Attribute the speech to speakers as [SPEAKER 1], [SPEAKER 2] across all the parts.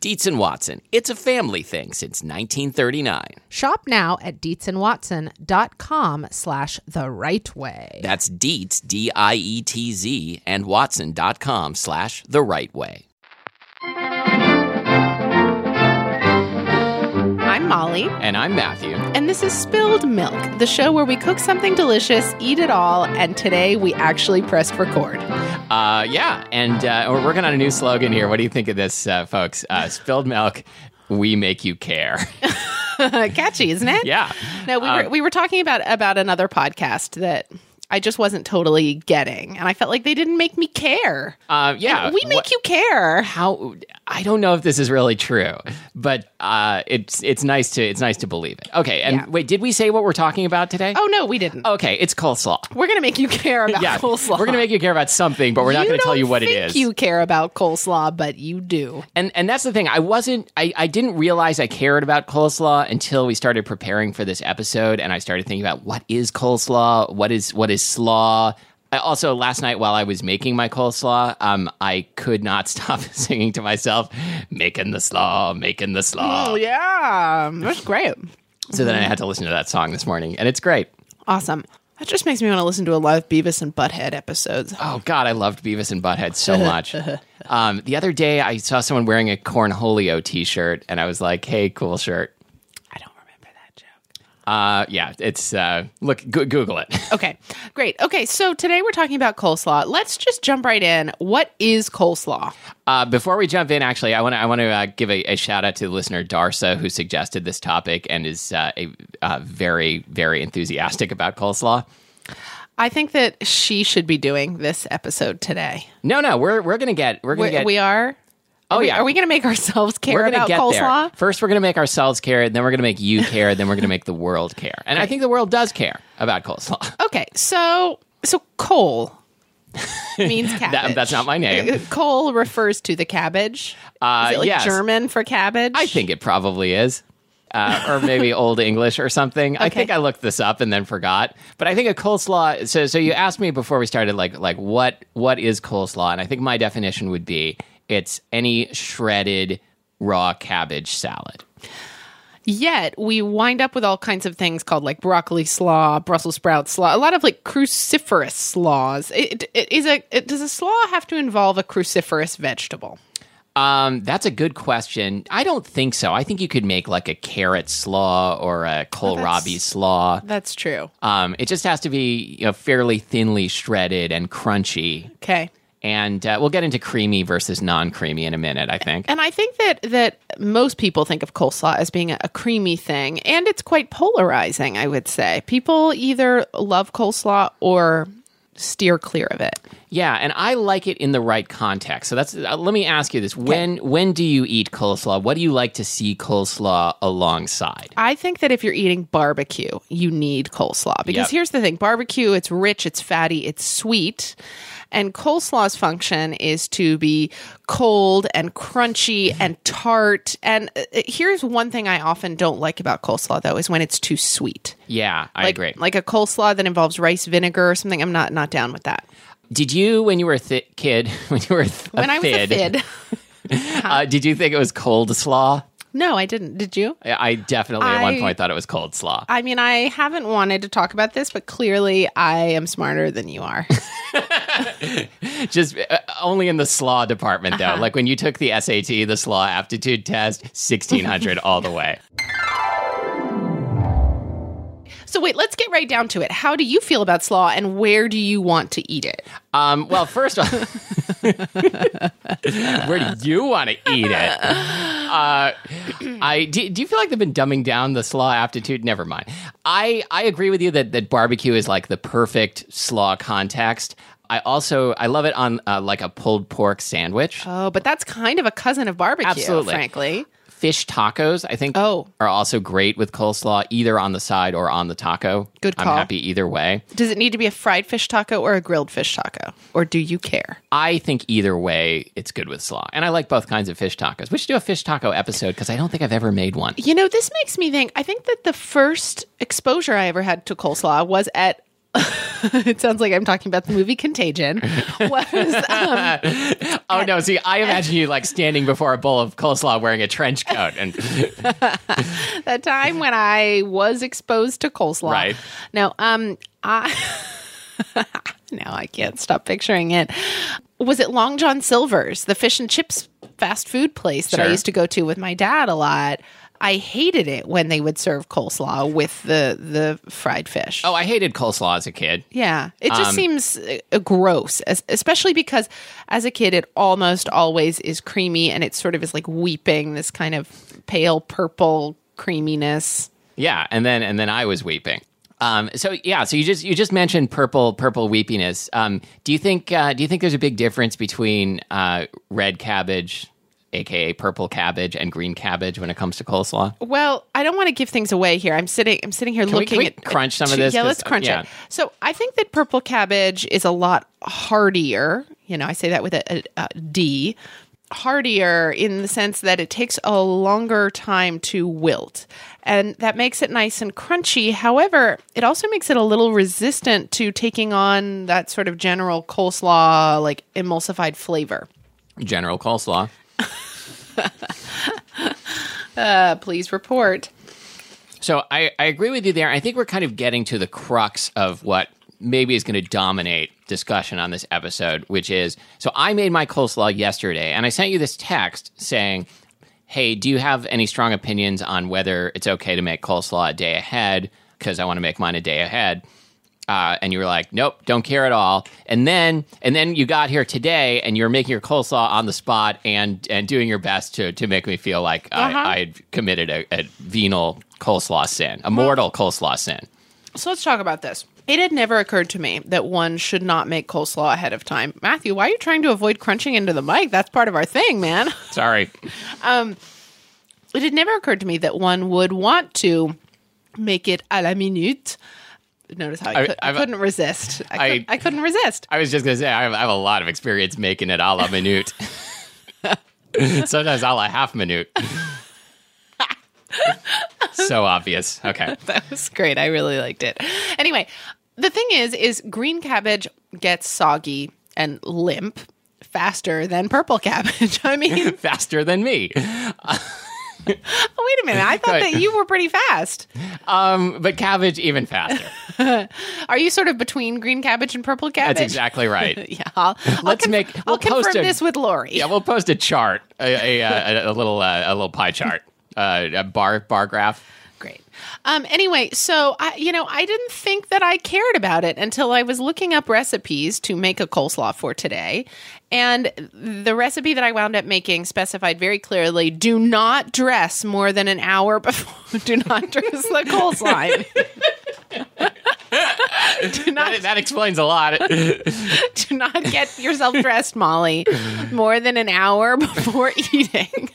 [SPEAKER 1] Dietz and Watson, it's a family thing since 1939.
[SPEAKER 2] Shop now at deetzandwatson.com slash the right way.
[SPEAKER 1] That's Dietz, D I E T Z, and Watson.com slash the right way.
[SPEAKER 3] I'm Molly,
[SPEAKER 1] And I'm Matthew.
[SPEAKER 3] and this is Spilled Milk, the show where we cook something delicious, eat it all, and today we actually pressed record.
[SPEAKER 1] Uh, yeah, and uh, we're working on a new slogan here. What do you think of this, uh, folks? Uh, spilled milk, we make you care.
[SPEAKER 3] Catchy, isn't it?
[SPEAKER 1] yeah. Um,
[SPEAKER 3] No, we were we were talking about about another podcast that I just wasn't totally getting, and I felt like they didn't make me care.
[SPEAKER 1] Uh, yeah.
[SPEAKER 3] we make
[SPEAKER 1] What-
[SPEAKER 3] you care.
[SPEAKER 1] how I don't know if this is really true, but uh, it's it's nice to it's nice to believe it. Okay, and
[SPEAKER 3] Yeah.
[SPEAKER 1] wait, did we say what we're talking about today?
[SPEAKER 3] Oh no, we didn't.
[SPEAKER 1] Okay, it's coleslaw.
[SPEAKER 3] We're gonna make you care about
[SPEAKER 1] Yeah,
[SPEAKER 3] coleslaw.
[SPEAKER 1] we're gonna make you care about something, but we're not
[SPEAKER 3] You
[SPEAKER 1] gonna tell
[SPEAKER 3] don't
[SPEAKER 1] you what
[SPEAKER 3] think
[SPEAKER 1] it is.
[SPEAKER 3] You care about coleslaw, but you do.
[SPEAKER 1] and and that's the thing. I wasn't. I, I didn't realize I cared about coleslaw until we started preparing for this episode, and I started thinking about what is coleslaw, what is what is slaw. I also last night while I was making my coleslaw, um, I could not stop singing to myself, "Making the slaw, making the slaw."
[SPEAKER 3] Oh yeah, that's great.
[SPEAKER 1] So then I had to listen to that song this morning, and it's great.
[SPEAKER 3] Awesome. That just makes me want to listen to a lot of Beavis and Butthead episodes.
[SPEAKER 1] Oh God, I loved Beavis and Butthead so much. um, the other day, I saw someone wearing a Cornholio T-shirt, and I was like, "Hey, cool shirt."
[SPEAKER 3] I don't remember that joke.
[SPEAKER 1] Uh, yeah, it's uh, look. Go- Google it.
[SPEAKER 3] Okay, great. Okay, so today we're talking about coleslaw. Let's just jump right in. What is coleslaw?
[SPEAKER 1] Uh, before we jump in, actually, I want to I want to uh, give a, a shout out to the listener Darsa who suggested this topic and is uh, a uh, very very enthusiastic about coleslaw.
[SPEAKER 3] I think that she should be doing this episode today.
[SPEAKER 1] No, no, we're we're gonna get we're gonna
[SPEAKER 3] We,
[SPEAKER 1] get
[SPEAKER 3] we are.
[SPEAKER 1] oh
[SPEAKER 3] are we,
[SPEAKER 1] yeah
[SPEAKER 3] Are we going to make ourselves care
[SPEAKER 1] we're gonna
[SPEAKER 3] about
[SPEAKER 1] get
[SPEAKER 3] coleslaw?
[SPEAKER 1] there. First, we're gonna make ourselves care, then we're gonna make you care, then we're gonna make the world care. And I think the world does care about coleslaw.
[SPEAKER 3] Okay, so so coal means cabbage.
[SPEAKER 1] That- that's not my name.
[SPEAKER 3] Coal refers to the cabbage.
[SPEAKER 1] Uh,
[SPEAKER 3] is it like
[SPEAKER 1] yes.
[SPEAKER 3] German for cabbage?
[SPEAKER 1] I think it probably is. Uh, or maybe Old English or something. I
[SPEAKER 3] Okay.
[SPEAKER 1] think I looked this up and then forgot. But I think a coleslaw. So, so you asked me before we started, like, like what what is coleslaw? And I think my definition would be it's any shredded raw cabbage salad.
[SPEAKER 3] Yet we wind up with all kinds of things called like broccoli slaw, Brussels sprout slaw, a lot of like cruciferous slaws. It, it is a it, does a slaw have to involve a cruciferous vegetable?
[SPEAKER 1] Um, that's a good question. I don't think so. I think you could make like a carrot slaw or a kohlrabi slaw.
[SPEAKER 3] That's true.
[SPEAKER 1] Um, it just has to be you know, fairly thinly shredded and crunchy.
[SPEAKER 3] Okay.
[SPEAKER 1] And uh, we'll get into creamy versus non-creamy in a minute, I think.
[SPEAKER 3] And I think that that most people think of coleslaw as being a, a creamy thing, and it's quite polarizing. I would say people either love coleslaw or steer clear of it.
[SPEAKER 1] Yeah, and I like it in the right context. So that's uh, let me ask you this: when when do you eat coleslaw? What do you like to see coleslaw alongside?
[SPEAKER 3] I think that if you're eating barbecue, you need coleslaw because
[SPEAKER 1] Yep.
[SPEAKER 3] here's the thing barbecue, it's rich, it's fatty, it's sweet. And coleslaw's function is to be cold and crunchy
[SPEAKER 1] Mm-hmm.
[SPEAKER 3] and tart. And uh, uh, here's one thing I often don't like about coleslaw, though, is when it's too sweet.
[SPEAKER 1] Yeah, I
[SPEAKER 3] like,
[SPEAKER 1] agree.
[SPEAKER 3] Like a coleslaw that involves rice vinegar or something. I'm not not down with that.
[SPEAKER 1] did you when you were a thi- kid when you were th-
[SPEAKER 3] When I was a kid,
[SPEAKER 1] uh, did you think it was cold slaw?
[SPEAKER 3] No, I didn't. Did you?
[SPEAKER 1] I I definitely at one
[SPEAKER 3] I-
[SPEAKER 1] point thought it was cold slaw.
[SPEAKER 3] I mean, I haven't wanted to talk about this, but clearly I am smarter than you are.
[SPEAKER 1] Just uh, only in the slaw department though.
[SPEAKER 3] Uh-huh.
[SPEAKER 1] Like when you took the SAT, the slaw aptitude test, 1600 all the way.
[SPEAKER 3] so, wait, let's get right down to it. How do you feel about slaw and where do you want to eat it?
[SPEAKER 1] Um, well, first of all, where do you want to eat it? Uh, I do, do. you feel like they've been dumbing down the slaw aptitude? Never mind. I I agree with you that that barbecue is like the perfect slaw context. I also I love it on uh, like a pulled pork sandwich.
[SPEAKER 3] Oh, but that's kind of a cousin of barbecue,
[SPEAKER 1] Absolutely.
[SPEAKER 3] frankly.
[SPEAKER 1] Fish tacos, I think,
[SPEAKER 3] Oh.
[SPEAKER 1] are also great with coleslaw, either on the side or on the taco.
[SPEAKER 3] Good
[SPEAKER 1] I'm
[SPEAKER 3] call.
[SPEAKER 1] happy either way.
[SPEAKER 3] Does it need to be a fried fish taco or a grilled fish taco? Or do you care?
[SPEAKER 1] I think either way, it's good with slaw. And I like both kinds of fish tacos. We should do a fish taco episode because I don't think I've ever made one.
[SPEAKER 3] You know, this makes me think. I think that the first exposure I ever had to coleslaw was at. it sounds like I'm talking about the movie Contagion. Was um,
[SPEAKER 1] Oh, no. See, I imagine you like standing before a bowl of coleslaw wearing a trench coat. And
[SPEAKER 3] the time when I was exposed to coleslaw.
[SPEAKER 1] Right.
[SPEAKER 3] No, um, I. now I can't stop picturing it. Was it Long John Silver's, the fish and chips fast food place that I
[SPEAKER 1] Sure.
[SPEAKER 3] used to go to with my dad a lot? I hated it when they would serve coleslaw with the the fried fish.
[SPEAKER 1] oh, Um, I hated coleslaw as a kid.
[SPEAKER 3] Yeah, it just seems uh, gross, es- especially because as a kid, it almost always is creamy, and it sort of is like weeping this kind of pale purple creaminess.
[SPEAKER 1] Yeah. And then, and then I was weeping. Um, so yeah, so you just you just mentioned purple purple weepiness. Um, do you think uh, do you think there's a big difference between uh, red cabbage, aka purple cabbage, and green cabbage when it comes to coleslaw?
[SPEAKER 3] Well, I don't want to give things away here. I'm sitting. I'm sitting here
[SPEAKER 1] we-
[SPEAKER 3] looking
[SPEAKER 1] can we
[SPEAKER 3] at
[SPEAKER 1] crunch some of
[SPEAKER 3] at-
[SPEAKER 1] this?
[SPEAKER 3] Yeah,
[SPEAKER 1] 'Cause,
[SPEAKER 3] let's crunch
[SPEAKER 1] yeah.
[SPEAKER 3] it. So I think that purple cabbage is a lot hardier. You know, I say that with a, a, a D. Hardier in the sense that it takes a longer time to wilt, and that makes it nice and crunchy. However, it also makes it a little resistant to taking on that sort of general coleslaw, like emulsified flavor.
[SPEAKER 1] General coleslaw.
[SPEAKER 3] Uh, please report.
[SPEAKER 1] So I, I agree with you there. I think we're kind of getting to the crux of what maybe is going to dominate discussion on this episode, which is so I made my coleslaw yesterday and I sent you this text saying, Hey, do you have any strong opinions on whether it's okay to make coleslaw a day ahead? Because I want to make mine a day ahead. Uh, and you were like, nope, don't care at all. And then, and then you got here today, and you're making your coleslaw on the spot, and and doing your best to to make me feel like
[SPEAKER 3] Uh-huh.
[SPEAKER 1] I, I had committed a, a venal coleslaw sin, a mortal coleslaw sin.
[SPEAKER 3] So let's talk about this. It had never occurred to me that one should not make coleslaw ahead of time. Matthew, why are you trying to avoid crunching into the mic? That's part of our thing, man.
[SPEAKER 1] Sorry,
[SPEAKER 3] It had never occurred to me that one would want to make it à la minute. Notice how I,
[SPEAKER 1] I-
[SPEAKER 3] cou- I
[SPEAKER 1] I've-
[SPEAKER 3] couldn't resist. I,
[SPEAKER 1] I-
[SPEAKER 3] could, I couldn't resist.
[SPEAKER 1] I was just gonna say I have, I have a lot of experience making it a la minute. Sometimes a la half minute. so obvious. Okay.
[SPEAKER 3] that was great. I really liked it. Anyway, the thing is, is green cabbage gets soggy and limp faster than purple cabbage. I mean,
[SPEAKER 1] Faster than me.
[SPEAKER 3] wait a minute. I thought
[SPEAKER 1] Right.
[SPEAKER 3] that you were pretty fast.
[SPEAKER 1] Um, but cabbage even faster.
[SPEAKER 3] Are you sort of between green cabbage and purple cabbage?
[SPEAKER 1] That's exactly right.
[SPEAKER 3] Yeah, I'll,
[SPEAKER 1] Let's
[SPEAKER 3] I'll
[SPEAKER 1] make- we'll
[SPEAKER 3] I'll confirm
[SPEAKER 1] post a-
[SPEAKER 3] this with Lori.
[SPEAKER 1] Yeah, we'll post a chart, a, a, uh, a, a little uh, a little pie chart, uh, a bar bar graph.
[SPEAKER 3] Great. Um, anyway, so I, you know, I didn't think that I cared about it until I was looking up recipes to make a coleslaw for today, and the recipe that I wound up making specified very clearly: do not dress more than an hour before. do not dress the coleslaw. do not
[SPEAKER 1] That, that explains a lot.
[SPEAKER 3] do not get yourself dressed, Molly, more than an hour before eating.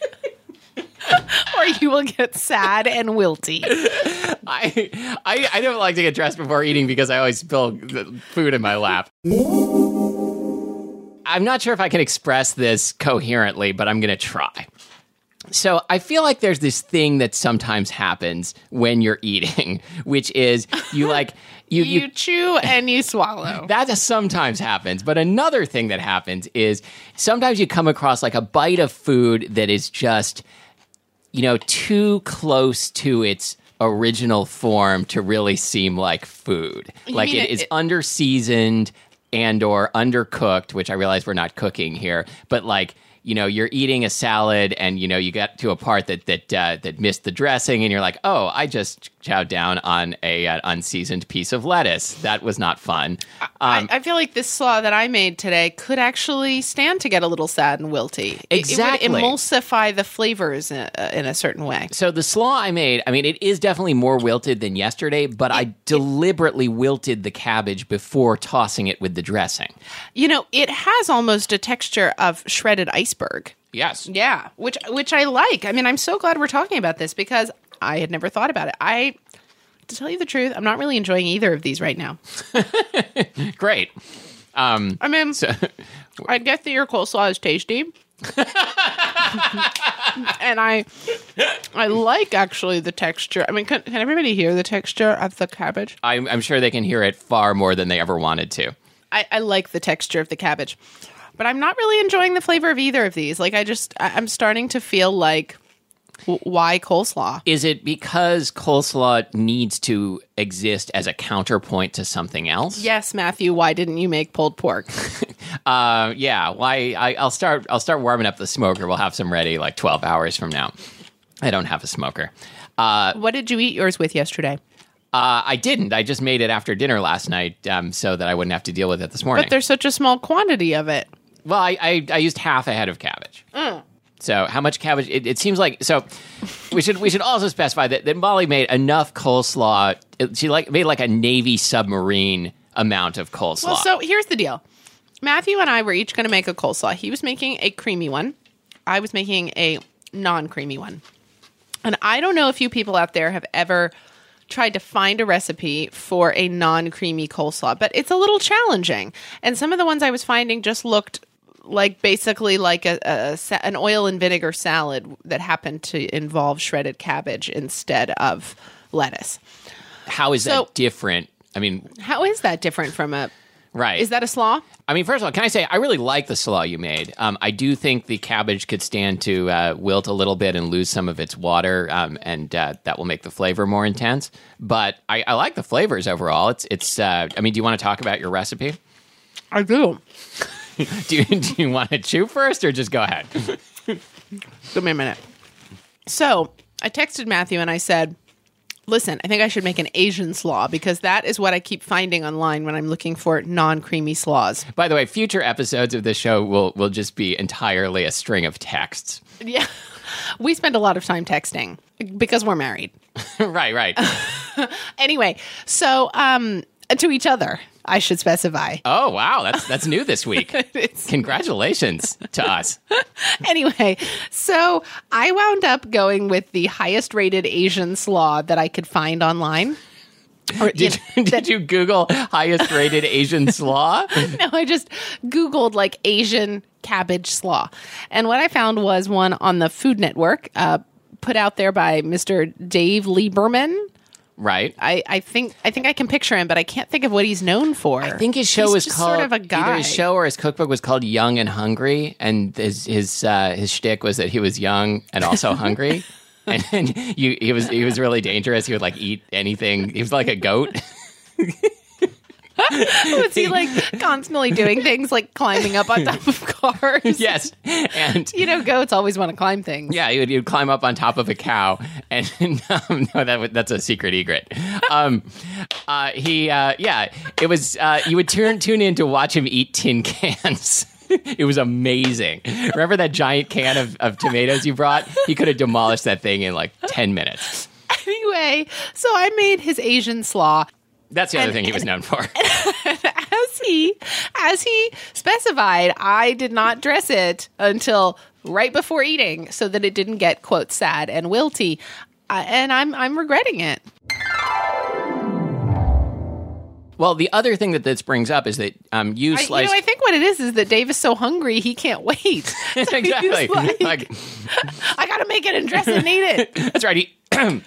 [SPEAKER 3] or you will get sad and wilty.
[SPEAKER 1] I, I I don't like to get dressed before eating because I always spill the food in my lap. I'm not sure if I can express this coherently, but I'm going to try. So, I feel like there's this thing that sometimes happens when you're eating, which is you like you,
[SPEAKER 3] You chew and you swallow.
[SPEAKER 1] That sometimes happens. But another thing that happens is sometimes you come across like a bite of food that is just you know, too close to its original form to really seem like food. like
[SPEAKER 3] mean it-
[SPEAKER 1] it is under seasoned and or undercooked, which I realize we're not cooking here, but like you know, you're eating a salad, and you know you got to a part that that uh, that missed the dressing, and you're like, "Oh, I just chowed down on a uh, unseasoned piece of lettuce. That was not fun." Um,
[SPEAKER 3] I, I feel like this slaw that I made today could actually stand to get a little sad and wilty. It-
[SPEAKER 1] Exactly.
[SPEAKER 3] It, would emulsify the flavors in, uh, in a certain way.
[SPEAKER 1] So the slaw I made, I mean, it is definitely more wilted than yesterday, but I deliberately wilted the cabbage before tossing it with the dressing.
[SPEAKER 3] You know, it has almost a texture of shredded iceberg.
[SPEAKER 1] Yes.
[SPEAKER 3] Yeah, which which I like. I mean, I'm so glad we're talking about this because I had never thought about it. I to tell you the truth, I'm not really enjoying either of these right now.
[SPEAKER 1] Great.
[SPEAKER 3] I mean, I guess that your coleslaw is tasty. and I I like actually the texture. I mean, can, can everybody hear the texture of the cabbage?
[SPEAKER 1] I'm, I'm sure they can hear it far more than they ever wanted to.
[SPEAKER 3] I, I like the texture of the cabbage, but I'm not really enjoying the flavor of either of these. Like, I just, I, I'm starting to feel like, w- why coleslaw?
[SPEAKER 1] Is it because coleslaw needs to exist as a counterpoint to something else?
[SPEAKER 3] Yes, Matthew, why didn't you make pulled pork?
[SPEAKER 1] Uh, yeah. Why? I, I'll start. I'll start warming up the smoker. We'll have some ready like 12 hours from now. I don't have a smoker.
[SPEAKER 3] what did you eat yours with yesterday?
[SPEAKER 1] Uh, I didn't. I just made it after dinner last night, um, so that I wouldn't have to deal with it this morning.
[SPEAKER 3] But there's such a small quantity of it.
[SPEAKER 1] Well, I, I, I used half a head of cabbage.
[SPEAKER 3] Mm.
[SPEAKER 1] So how much cabbage? It, it seems like so. We should we should also specify that, that Molly made enough coleslaw. it- She like made like a navy submarine amount of coleslaw.
[SPEAKER 3] Well, so here's the deal. Matthew and I were each going to make a coleslaw. He was making a creamy one. I was making a non-creamy one. And I don't know if you people out there have ever tried to find a recipe for a non-creamy coleslaw, but it's a little challenging. And some of the ones I was finding just looked like basically like a, a sa- an oil and vinegar salad that happened to involve shredded cabbage instead of lettuce.
[SPEAKER 1] how is
[SPEAKER 3] so-
[SPEAKER 1] that different? I mean,
[SPEAKER 3] How is that different from a
[SPEAKER 1] right?
[SPEAKER 3] is that a slaw?
[SPEAKER 1] I mean, first of all, can I say I really like the slaw you made. Um, I do think the cabbage could stand to uh, wilt a little bit and lose some of its water, um, and uh, that will make the flavor more intense. But I, I like the flavors overall. It's it's. Uh, I mean, do you want to talk about your recipe?
[SPEAKER 3] I do.
[SPEAKER 1] Do you, do you want to chew first, or just go ahead?
[SPEAKER 3] Give me a minute. So I texted Matthew and I said, Listen, I think I should make an Asian slaw because that is what I keep finding online when I'm looking for non creamy slaws.
[SPEAKER 1] By the way, future episodes of this show will will just be entirely a string of texts.
[SPEAKER 3] Yeah. We spend a lot of time texting because we're married.
[SPEAKER 1] right, right.
[SPEAKER 3] Anyway, so um, to each other, I should specify.
[SPEAKER 1] Oh wow, that's that's new this week.
[SPEAKER 3] It's-
[SPEAKER 1] Congratulations to us.
[SPEAKER 3] anyway, so I wound up going with the highest rated Asian slaw that I could find online. Or, you
[SPEAKER 1] Did, you- did you Google highest rated Asian slaw?
[SPEAKER 3] no, I just Googled like Asian cabbage slaw. And what I found was one on the Food Network, uh, put out there by Mr. Dave Lieberman.
[SPEAKER 1] Right.
[SPEAKER 3] I, I think I think I can picture him, but I can't think of what he's known for.
[SPEAKER 1] I think his show
[SPEAKER 3] He's
[SPEAKER 1] was
[SPEAKER 3] just
[SPEAKER 1] called
[SPEAKER 3] sort of a
[SPEAKER 1] Either
[SPEAKER 3] guy.
[SPEAKER 1] his show or his cookbook was called Young and Hungry, and his his uh, his shtick was that he was young and also hungry. And, and you, he was he was really dangerous. He would like eat anything. He was like a goat.
[SPEAKER 3] was he like constantly doing things like climbing up on top of cars?
[SPEAKER 1] yes, and
[SPEAKER 3] You know, goats always want to climb things.
[SPEAKER 1] Yeah, he would, he would climb up on top of a cow, and um, no, that would- that's a secret egret. Um, uh, he, uh, yeah, it was. Uh, you would turn tune in to watch him eat tin cans. it was amazing. Remember that giant can of, of tomatoes you brought? He could have demolished that thing in like ten minutes.
[SPEAKER 3] Anyway, so I made his Asian slaw.
[SPEAKER 1] That's the other thing he was known for.
[SPEAKER 3] as he as he specified, I did not dress it until right before eating, so that it didn't get quote sad and wilty. Uh, and I'm I'm regretting it.
[SPEAKER 1] well, the other thing that this brings up is that um, you
[SPEAKER 3] I, you
[SPEAKER 1] sliced.
[SPEAKER 3] know, I think what it is is that Dave is so hungry he can't wait. So he's
[SPEAKER 1] exactly.
[SPEAKER 3] like,
[SPEAKER 1] like
[SPEAKER 3] I gotta make it and dress it and eat it.
[SPEAKER 1] That's right. He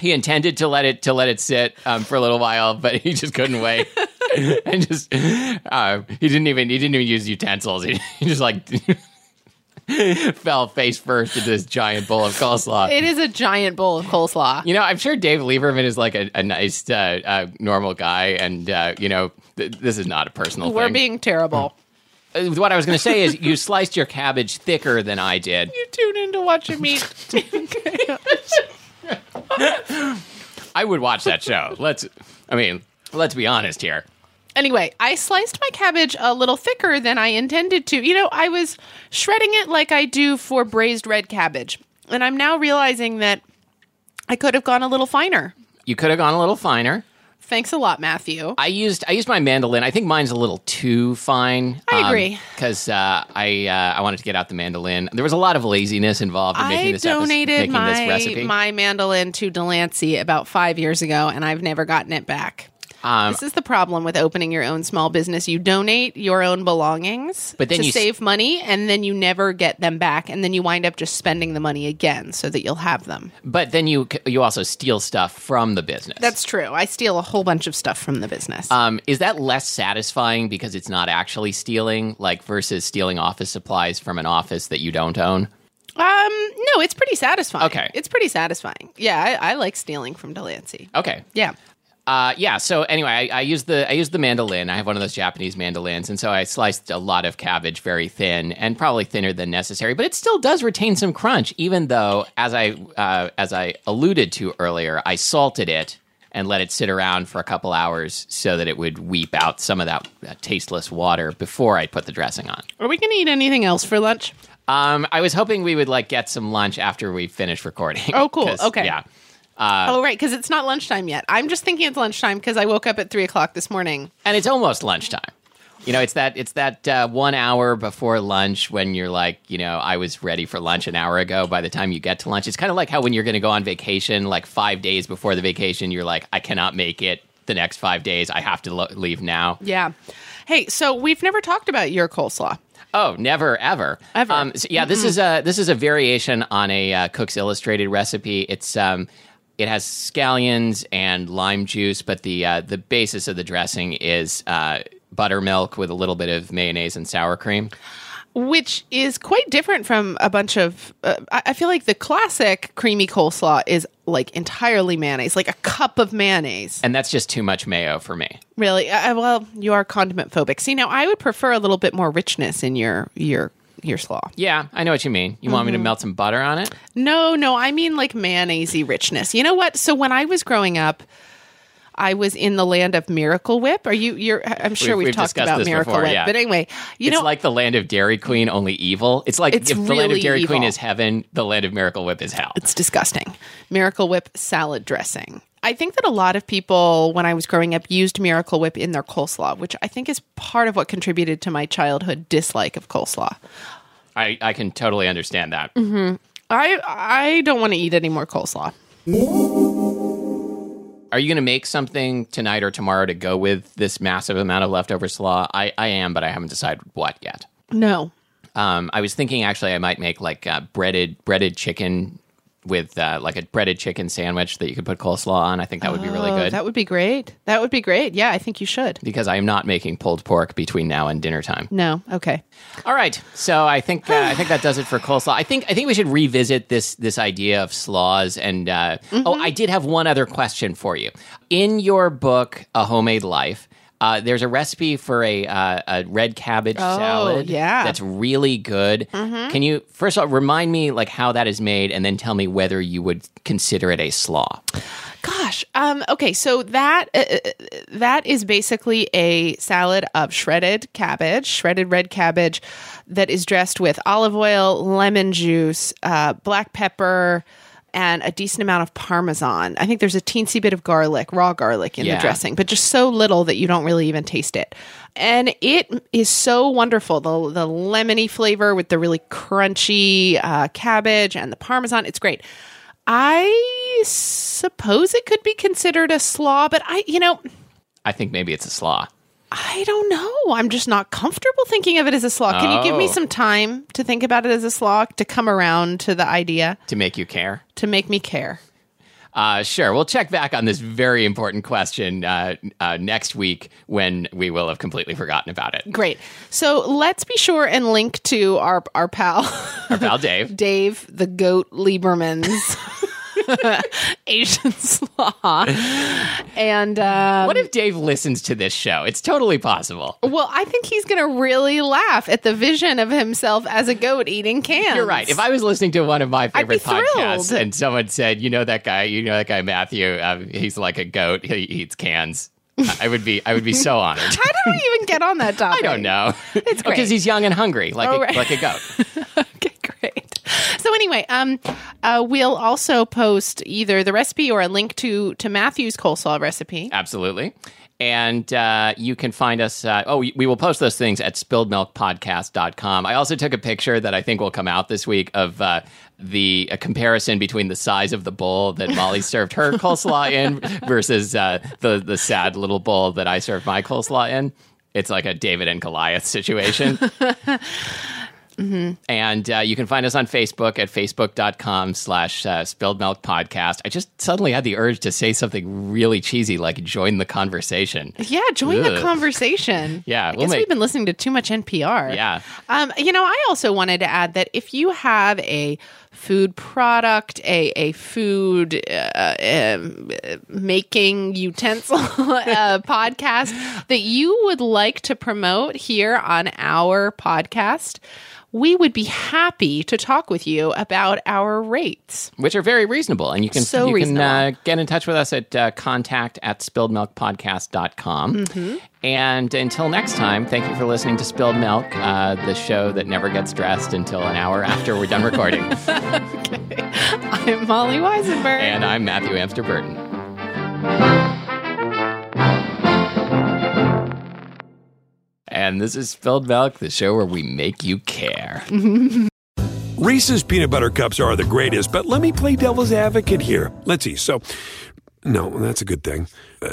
[SPEAKER 1] he intended to let it to let it sit um, for a little while, but he just couldn't wait, and just uh, he didn't even he didn't even use utensils. He, he just like fell face first into this giant bowl of coleslaw.
[SPEAKER 3] It is a giant bowl of coleslaw.
[SPEAKER 1] You know, I'm sure Dave Lieberman is like a, a nice, uh, uh, normal guy, and uh, you know, th- this is not a personal
[SPEAKER 3] We're
[SPEAKER 1] thing.
[SPEAKER 3] being terrible.
[SPEAKER 1] Uh, what I was going to say is, you sliced your cabbage thicker than I did.
[SPEAKER 3] You tune in to watch a meet.
[SPEAKER 1] I would watch that show. Let's, I mean, let's be honest here.
[SPEAKER 3] anyway, I sliced my cabbage a little thicker than I intended to. You know, I was shredding it like I do for braised red cabbage. And I'm now realizing that I could have gone a little finer.
[SPEAKER 1] You could have gone a little finer.
[SPEAKER 3] Thanks a lot, Matthew.
[SPEAKER 1] I used I used my mandolin. I think mine's a little too fine.
[SPEAKER 3] I agree.
[SPEAKER 1] because uh, I uh, I wanted to get out the mandolin. There was a lot of laziness involved in making
[SPEAKER 3] I
[SPEAKER 1] this episode-
[SPEAKER 3] donated
[SPEAKER 1] making this
[SPEAKER 3] my
[SPEAKER 1] recipe.
[SPEAKER 3] my mandolin to Delancey about five years ago, and I've never gotten it back.
[SPEAKER 1] Um,
[SPEAKER 3] this is the problem with opening your own small business. You donate your own belongings
[SPEAKER 1] But then
[SPEAKER 3] to
[SPEAKER 1] you s-
[SPEAKER 3] save money, and then you never get them back, and then you wind up just spending the money again so that you'll have them.
[SPEAKER 1] but then you c- you also steal stuff from the business.
[SPEAKER 3] That's true. I steal a whole bunch of stuff from the business.
[SPEAKER 1] um, is that less satisfying because it's not actually stealing, like versus stealing office supplies from an office that you don't own?
[SPEAKER 3] Um, no, it's pretty satisfying.
[SPEAKER 1] Okay.
[SPEAKER 3] it's pretty satisfying. Yeah, I, I like stealing from Delancey.
[SPEAKER 1] Okay,
[SPEAKER 3] Yeah.
[SPEAKER 1] Uh, yeah. So anyway, I, I used the I used the mandolin. I have one of those Japanese mandolins, and so I sliced a lot of cabbage very thin and probably thinner than necessary. But it still does retain some crunch, even though, as I uh, as I alluded to earlier, I salted it and let it sit around for a couple hours so that it would weep out some of that uh, tasteless water before I put the dressing on.
[SPEAKER 3] Are we going to eat anything else for lunch?
[SPEAKER 1] Um, I was hoping we would like get some lunch after we finish recording.
[SPEAKER 3] Oh, cool.
[SPEAKER 1] 'Cause,
[SPEAKER 3] Okay.
[SPEAKER 1] Yeah.
[SPEAKER 3] oh, right, because it's not lunchtime yet. I'm just thinking it's lunchtime because I woke up at three o'clock this morning.
[SPEAKER 1] and it's almost lunchtime. You know, it's that it's that uh, one hour before lunch when you're like, you know, I was ready for lunch an hour ago. By the time you get to lunch, it's kind of like how when you're going to go on vacation, like five days before the vacation, you're like, I cannot make it the next five days. I have to lo- leave now.
[SPEAKER 3] Yeah. Hey, so we've never talked about your coleslaw.
[SPEAKER 1] Oh, never ever. Um,
[SPEAKER 3] Ever.
[SPEAKER 1] so, yeah, this is a this is a variation on a uh, Cook's Illustrated recipe. It's um, it has scallions and lime juice, but the uh, the basis of the dressing is uh, buttermilk with a little bit of mayonnaise and sour cream.
[SPEAKER 3] which is quite different from a bunch of. Uh, I I feel like the classic creamy coleslaw is like entirely mayonnaise, like a cup of mayonnaise.
[SPEAKER 1] And that's just too much mayo for me.
[SPEAKER 3] Really, uh, well, you are condiment phobic. See, now I would prefer a little bit more richness in your your your slaw.
[SPEAKER 1] Yeah, I know what you mean. You
[SPEAKER 3] Mm-hmm.
[SPEAKER 1] want me to melt some butter on it?
[SPEAKER 3] No, no, I mean like mayonnaisey richness. You know what? So when I was growing up. I was in the land of Miracle Whip. Are you? You're. uh, I'm sure
[SPEAKER 1] We've-
[SPEAKER 3] we've,
[SPEAKER 1] we've
[SPEAKER 3] talked
[SPEAKER 1] discussed
[SPEAKER 3] about
[SPEAKER 1] this
[SPEAKER 3] Miracle
[SPEAKER 1] before,
[SPEAKER 3] Whip,
[SPEAKER 1] yeah.
[SPEAKER 3] but anyway, you
[SPEAKER 1] it's
[SPEAKER 3] know,
[SPEAKER 1] like the land of Dairy Queen, only evil. It's like
[SPEAKER 3] It's
[SPEAKER 1] if the land of
[SPEAKER 3] really
[SPEAKER 1] Dairy Queen
[SPEAKER 3] evil.
[SPEAKER 1] is heaven, the land of Miracle Whip is hell.
[SPEAKER 3] It's disgusting. Miracle Whip salad dressing. I think that a lot of people, when I was growing up, used Miracle Whip in their coleslaw, which I think is part of what contributed to my childhood dislike of coleslaw.
[SPEAKER 1] I, I can totally understand that.
[SPEAKER 3] I I don't want to eat any more coleslaw.
[SPEAKER 1] Are you going to make something tonight or tomorrow to go with this massive amount of leftover slaw? I, I am, but I haven't decided what yet.
[SPEAKER 3] No.
[SPEAKER 1] Um, I was thinking actually I might make like uh, breaded breaded chicken with uh, like a breaded chicken sandwich that you could put coleslaw on. I think that would be really
[SPEAKER 3] Oh,
[SPEAKER 1] good
[SPEAKER 3] That would be great. That would be great. Yeah, I think you should.
[SPEAKER 1] because I am not making pulled pork between now and dinner time.
[SPEAKER 3] No. Okay.
[SPEAKER 1] All right, so I think uh, I think that does it for coleslaw. I think I think we should revisit this this idea of slaws. And uh, oh, I did have one other question for you. In your book, A Homemade Life, uh, there's a recipe for a uh, a red cabbage salad.
[SPEAKER 3] yeah.
[SPEAKER 1] that's really good. Can you first of all remind me like how that is made, and then tell me whether you would consider it a slaw?
[SPEAKER 3] Gosh. Um, okay. So that uh, uh, that is basically a salad of shredded cabbage, shredded red cabbage, that is dressed with olive oil, lemon juice, uh, black pepper, and a decent amount of parmesan. I think there's a teensy bit of garlic, raw garlic, in
[SPEAKER 1] Yeah.
[SPEAKER 3] the dressing, but just so little that you don't really even taste it. And it is so wonderful. The, the lemony flavor with the really crunchy uh, cabbage and the parmesan. It's great. I suppose it could be considered a slaw, but I, you know,
[SPEAKER 1] I think maybe it's a slaw.
[SPEAKER 3] I don't know. I'm just not comfortable thinking of it as a slaw. Can you give me
[SPEAKER 1] Oh.
[SPEAKER 3] some time to think about it as a slaw, to come around to the idea,
[SPEAKER 1] To make you care,
[SPEAKER 3] to make me care?
[SPEAKER 1] Uh, sure. We'll check back on this very important question uh, uh, next week when we will have completely forgotten about it.
[SPEAKER 3] Great. So let's be sure and link to our our pal
[SPEAKER 1] Our pal Dave.
[SPEAKER 3] Dave the Goat Lieberman's Asian slaw. And um,
[SPEAKER 1] What if Dave listens to this show? It's totally possible.
[SPEAKER 3] well, I think he's going to really laugh at the vision of himself as a goat eating cans.
[SPEAKER 1] You're right. If I was listening to one of my
[SPEAKER 3] be
[SPEAKER 1] favorite podcasts
[SPEAKER 3] thrilled.
[SPEAKER 1] and someone said, "You know that guy? You know that guy Matthew? Um, he's like a goat. He eats cans." I- I would be. I would be so honored.
[SPEAKER 3] how did we even get on that topic?
[SPEAKER 1] I don't know. It's
[SPEAKER 3] great.
[SPEAKER 1] because he's young and hungry, like
[SPEAKER 3] Oh,
[SPEAKER 1] a,
[SPEAKER 3] right.
[SPEAKER 1] like a goat.
[SPEAKER 3] okay, great. So anyway, um, uh, we'll also post either the recipe or a link to to Matthew's coleslaw recipe.
[SPEAKER 1] Absolutely. And uh, you can find us. Uh, oh, we we will post those things at spilledmilkpodcast.com. I also took a picture that I think will come out this week of uh, the a comparison between the size of the bowl that Molly served her coleslaw in versus uh, the, the sad little bowl that I served my coleslaw in. It's like a David and Goliath situation. And uh, you can find us on Facebook at facebook.com slash uh, spilled milk podcast. I just suddenly had the urge to say something really cheesy, like join the conversation.
[SPEAKER 3] Yeah, join the
[SPEAKER 1] Ugh.
[SPEAKER 3] conversation.
[SPEAKER 1] Yeah,
[SPEAKER 3] I
[SPEAKER 1] we'll
[SPEAKER 3] guess
[SPEAKER 1] make-
[SPEAKER 3] we've been listening to too much NPR.
[SPEAKER 1] Yeah.
[SPEAKER 3] Um, you know, I also wanted to add that if you have a food product, a a food uh, um, uh, making utensil uh, podcast that you would like to promote here on our podcast, we would be happy to talk with you about our rates.
[SPEAKER 1] Which are very reasonable. And you can,
[SPEAKER 3] So
[SPEAKER 1] you
[SPEAKER 3] reasonable.
[SPEAKER 1] can uh, get in touch with us at uh, contact at spilledmilkpodcast.com.
[SPEAKER 3] Mm-hmm.
[SPEAKER 1] And until next time, thank you for listening to Spilled Milk, uh, the show that never gets dressed until an hour after we're done recording.
[SPEAKER 3] I'm Molly Weisenberg.
[SPEAKER 1] and I'm Matthew Amster Burton. And this is Spilled Milk, the show where we make you care.
[SPEAKER 4] Reese's peanut butter cups are the greatest, but let me play devil's advocate here. Let's see. So, no, that's a good thing. Uh,